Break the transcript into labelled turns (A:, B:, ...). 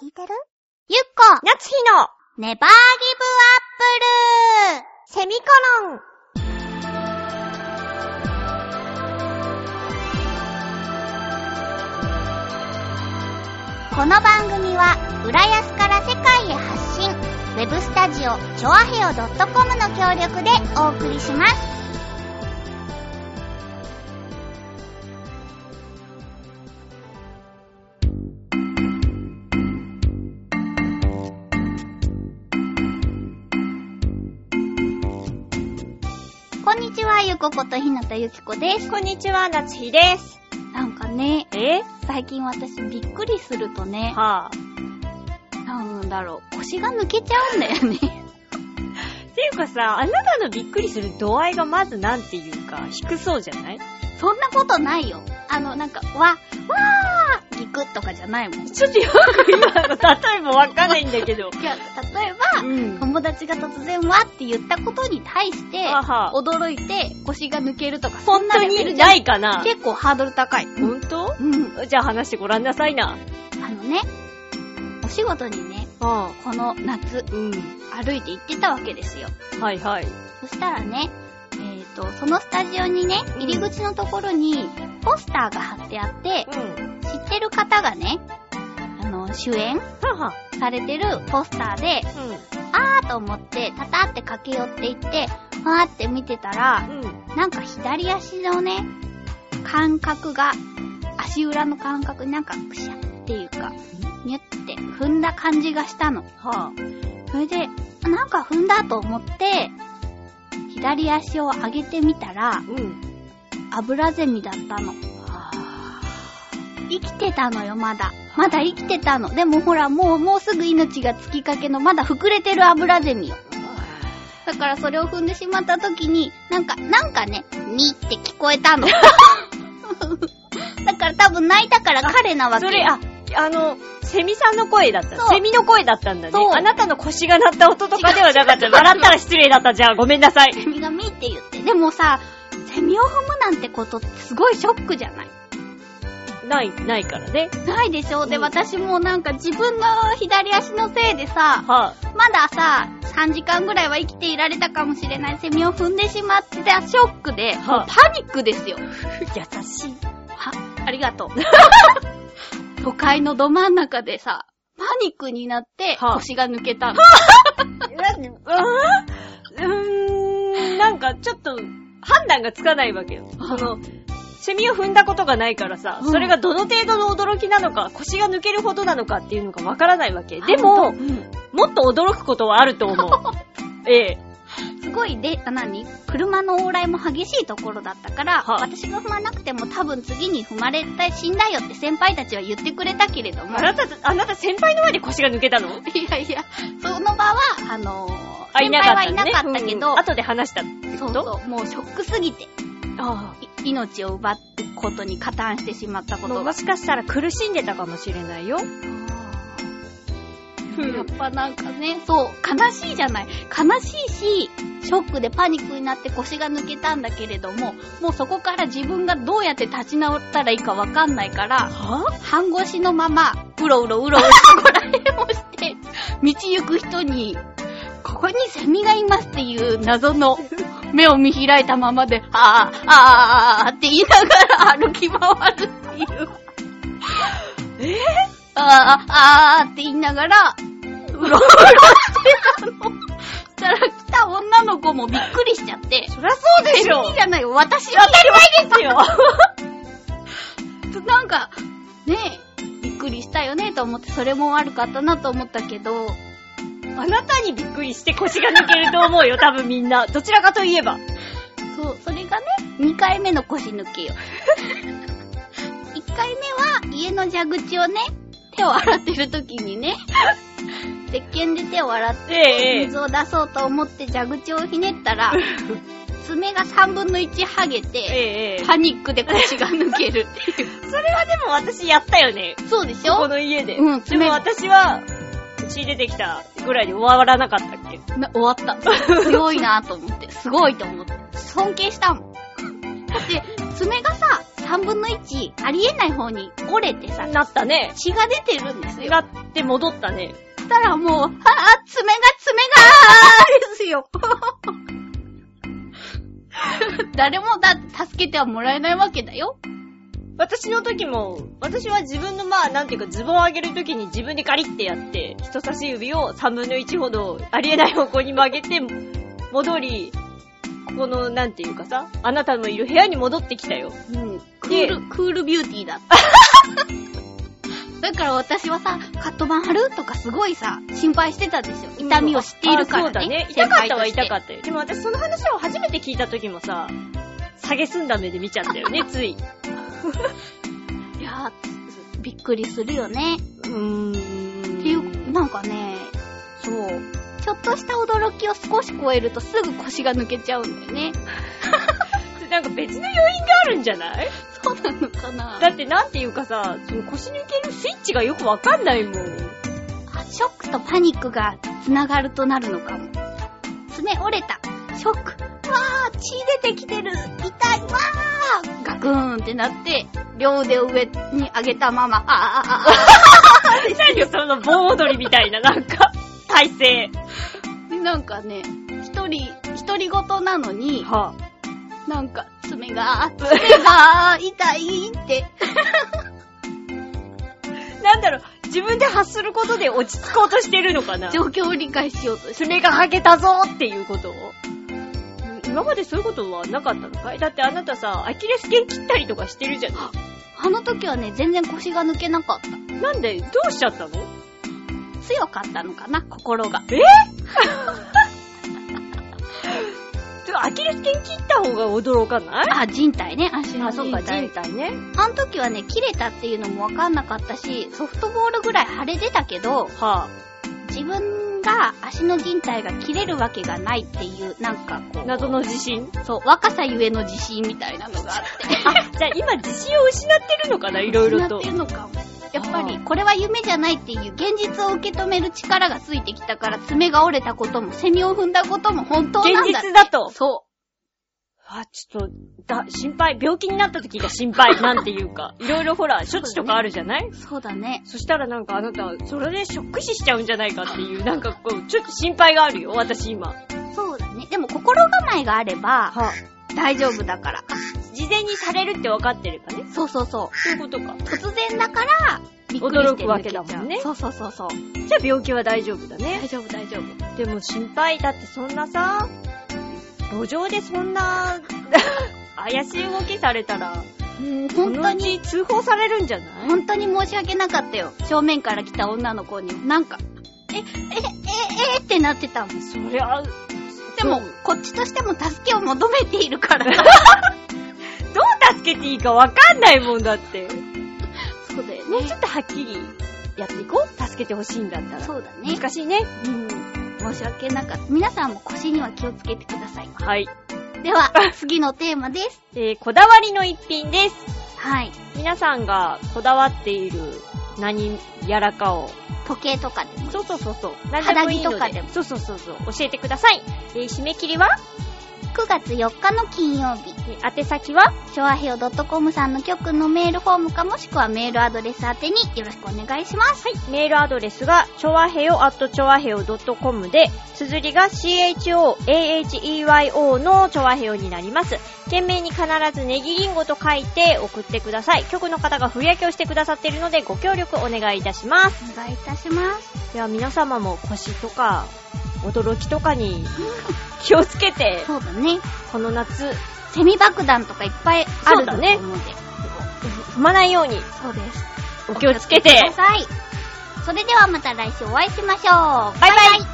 A: 聞いてるゆっこ
B: 夏日の
A: ネバーギブアップル
B: セミコロン
A: この番組は浦安から世界へ発信ウェブスタジオチョアヘオ .com の協力でお送りしますこんにちはゆこことひなたゆきこです
B: こんにちは、夏日です。
A: なんかね
B: え
A: 最近私びっくりするとね
B: はぁ、
A: なんだろう、腰が抜けちゃうんだよね。
B: っていうかさ、あなたのびっくりする度合いがまずなんていうか、低そうじゃない
A: そんなことないよ。あの、なんか、わ、わー、ぎくとかじゃないもん。い
B: ちょっとよく今の例えばわかんないんだけど。
A: や、例えば、
B: うん。
A: 友達が突然わって言ったことに対して、
B: あは
A: 驚いて腰が抜けるとか、そん
B: 本
A: な
B: 当
A: レベル
B: に
A: じゃん
B: ないかな
A: 結構ハードル高い。
B: 本当
A: うん。
B: じゃあ話してごらんなさいな。
A: あのね、お仕事にね、
B: う
A: この夏、
B: ん。うん。
A: 歩いて行ってたわけですよ。
B: はいはい。
A: そしたらね、えーと、そのスタジオにね、入り口のところに、ポスターが貼ってあって、
B: うん。
A: 知ってる方がね、あの、主演
B: はは。
A: されてるポスターで、
B: う
A: あーと思って、タタって駆け寄っていって、わーって見てたら、
B: ん。うん。
A: なんか左足のね、感覚が、足裏の感覚になんか、くしゃっていうか、にゅって踏んだ感じがしたの。
B: は
A: それで、あなんか踏んだと思って、左足を上げてみたら、
B: うん。
A: アブラゼミだったの。
B: は
A: 生きてたのよ、まだ。まだ生きてたの。でもほら、もう、もうすぐ命が尽きかけの、まだ膨れてるアブラゼミよ。だからそれを踏んでしまった時に、なんか、なんかね、にって聞こえたの。だから多分泣いたから彼なわけ。
B: それ、あ、あの、セミさんの声だった。
A: そう
B: セミの声だったんだね
A: そう。
B: あなたの腰が鳴った音とかではなか った。笑ったら失礼だった。じゃあごめんなさい。
A: セミがミって言って。でもさ、セミを踏むなんてことってすごいショックじゃない
B: ない、ないからね。
A: ないでしょで、
B: うん
A: 私もなんか自分の左足のせいでさ、
B: は
A: まださ、3時間ぐらいは生きていられたかもしれないセミを踏んでしまって、ショックで、
B: は
A: もうパニックですよ。
B: 優しい。
A: は、ありがとう。都会のど真ん中でさ、パニックになって、
B: はあ
A: 腰が抜けたの。
B: うーん、なんかちょっと、判断がつかないわけよ。あの、セミを踏んだことがないからさ、
A: うん
B: それがどの程度の驚きなのか、腰が抜けるほどなのかっていうのがわからないわけ。でも、
A: うん
B: もっと驚くことはあると 思う。ええ。
A: すごいで、あ、なに車の往来も激しいところだったから、
B: はあ
A: 私が踏まなくても多分次に踏まれた死んだよって先輩たちは言ってくれたけれども
B: あ、なた、あなた先輩の前で腰が抜けたの
A: いやいや、その場は、あのー、
B: あ、い
A: 先
B: な
A: 輩
B: か
A: は
B: った、
A: い
B: ね。
A: なかったけど、
B: うん後で話した。
A: そうそう、もうショックすぎて、い
B: あ
A: 命を奪うことに加担してしまったこ
B: も
A: と
B: う
A: が
B: も。しかしたら苦しんでたかもしれないよ。
A: やっぱなんかね、そう、悲しいじゃない。悲しいし、ショックでパニックになって腰が抜けたんだけれども、もうそこから自分がどうやって立ち直ったらいいかわかんないから、
B: は
A: 半腰のまま、うろうろうろうろそこら辺をして、道行く人に、ここにセミがいますっていう謎の目を見開いたままで、あーあーあーあーって言いながら歩き回るっていう。
B: え
A: あーあーあーって言いながら、うろうろしてたの。そしたら来た女の子もびっくりしちゃって、
B: そりゃそうでしょ
A: いいじゃないよ、私
B: 当たり前ですよ
A: なんか、ねえ、びっくりしたよねと思って、それも悪かったなと思ったけど、
B: あなたにびっくりして腰が抜けると思うよ、多分みんな。どちらかといえば。
A: そう、それがね、2回目の腰抜けよ。1回目は、家の蛇口をね、手を洗ってる時にね、 石鹸で手を洗って、
B: ええ
A: 水を出そうと思って蛇口をひねったら、爪が3分の1剥げて、
B: ええ
A: パニックで腰が抜けるって いう。
B: それはでも私やったよね。
A: そうでし
B: ここ
A: ょ
B: の家で。
A: うん
B: でも私は、血出てきたぐらいで終わらなかったっけ
A: な終わった。強いなと思って。すごいと思って。尊敬したもん。だって、爪がさ、3分の1、ありえない方に折れてさ、
B: なったね。
A: 血が出てるんですよ。
B: なっって戻ったね。
A: したらもう、あ、あ、爪が、爪が、あーですよ。誰もだって助けてはもらえないわけだよ。
B: 私の時も、私は自分のまあ、なんていうか、ズボンを上げる時に自分でガリってやって、人差し指を3分の1ほどありえない方向に曲げて、戻り、この、なんていうかさ、あなたのいる部屋に戻ってきたよ。
A: うん。ク
B: で
A: ール、クールビューティーだ った。だから私はさ、カット板貼るとかすごいさ、心配してたでしょ。痛みを知っているからね。
B: あそうだね。痛かったは痛か
A: っ
B: ったよ。でも私その話を初めて聞いた時もさ、下げすんだ目で見ちゃったよね、つい。
A: た。いやー、びっくりするよね。
B: うーん。
A: っていう、なんかね、
B: そう。
A: ちょっとした驚きを少し超えるとすぐ腰が抜けちゃうんだよね。
B: なんか別の要因があるんじゃない
A: そうなのかな
B: だってなんていうかさ、その腰抜けるスイッチがよくわかんないもん。
A: あショックとパニックがつながるとなるのかも。爪折れた。ショック。わー、血出てきてる。痛い。わー。ガクーンってなって、両腕を上に上げたまま、ああああ
B: 何よ、その盆踊りみたいな、なんか、体勢。
A: あ。でなんかね、一人、一人ごとなのに、
B: は
A: なんか、爪が、爪が、痛いって。
B: ぁ。なんだろう、自分で発することで落ち着こうとしてるのかな
A: 状況を理解しようとして。
B: 爪が剥げたぞーっていうことを。今までそういうことはなかったのかいだってあなたさ、アキレス腱切ったりとかしてるじゃな
A: あの時はね、全然腰が抜けなかった。
B: い。なんで、どうしちゃったの
A: 強かったのかな、心が。
B: アキレス腱切った方が驚かない
A: あ、人体ね、足の人体。
B: 体ね。
A: あの時はね、切れたっていうのもわかんなかったし、ソフトボールぐらい腫れてたけど、
B: は
A: 自分が足の靭帯が切れるわけがないっていう、なんかこ
B: ぁ、
A: う、
B: 謎の自信
A: そう、若さゆえの自信みたいなのがあって。
B: じゃあ今自信を失ってるのかないろいろ
A: なっ
B: と
A: て。るのかも。やっぱ
B: あ
A: り、
B: ー
A: これは夢じゃないっていう、現実を受け止める力がついてきたから、爪が折れたことも、セミを踏んだことも本当なんだって。
B: 現実だと
A: そ。
B: あ、ちょっと、だ、心配、病気になった時が心 配、なんていうか。いろいろほら、処置とかあるじゃないう
A: そうだね。
B: そしたらなんかあなた、それでショック死しちゃうんじゃないかっていう、なんかこう、ちょっと心配があるよ、私今。は
A: そうだね。でも、心構えがあれば、
B: あ、
A: 大丈夫だから。
B: 事前にされるって分かってればね。
A: そうそうそう。
B: そういうことか。
A: 突然だから、びっくりして
B: 驚くわけだもん
A: 抜
B: ね
A: けちゃうそうそうそうそう。
B: じゃあ病気は大丈夫だね。
A: 大丈夫大丈夫。
B: でも心配、だってそんなさ、路上でそん な、怪しい動きされたら、
A: うん、
B: こ
A: 本
B: の
A: 当
B: う
A: に、
B: ち通報されるんじゃない
A: 本当に申し訳なかったよ。正面から来た女の子に、なんか、え、え、え、え、えってなってたもん。
B: そりゃ、ど
A: でも
B: そう、
A: こっちとしても助けを求めているから。
B: う助けていいか分かんないもんだって。
A: そうだよ
B: もう。ちょっとはっきりやっていこう。助けてほしいんだったら。
A: そうだね。
B: 難しいね。
A: うん。申し訳なかった。皆さんも腰には気をつけてください。
B: はい。
A: では、次のテーマです。
B: えー、こだわりの一品です。
A: はい。
B: 皆さんがこだわっている何やらかを。
A: 時計とかでも。
B: そうそうそうそう。
A: 肌着とかでも
B: そうそうそうそう。教えてください。えー、締め切りは
A: 9月4日の金曜日。
B: えー宛先は
A: 昭和平洋 .com さんの局のメールフォームかもしくはメールアドレス宛てによろしくお願いします。
B: はい。メールアドレスが、ちょわへよ at ちょわへよ .com で、綴りが CHOAHEYO のちょわへよになります。懸命に必ずネギリンゴと書いて送ってください。局の方が振り分けをしてくださっているので、ご協力お願いいたします。
A: お願いいたします。
B: では皆様も腰とか、驚きとかに 気をつけて、
A: そうだね。
B: この夏、
A: セミ爆弾とかいっぱいあると思うので。
B: そう踏まないように
A: そうです。
B: お気をつけ
A: く
B: て
A: だ。さい。それではまた来週お会いしましょう。
B: バイバイ
A: イ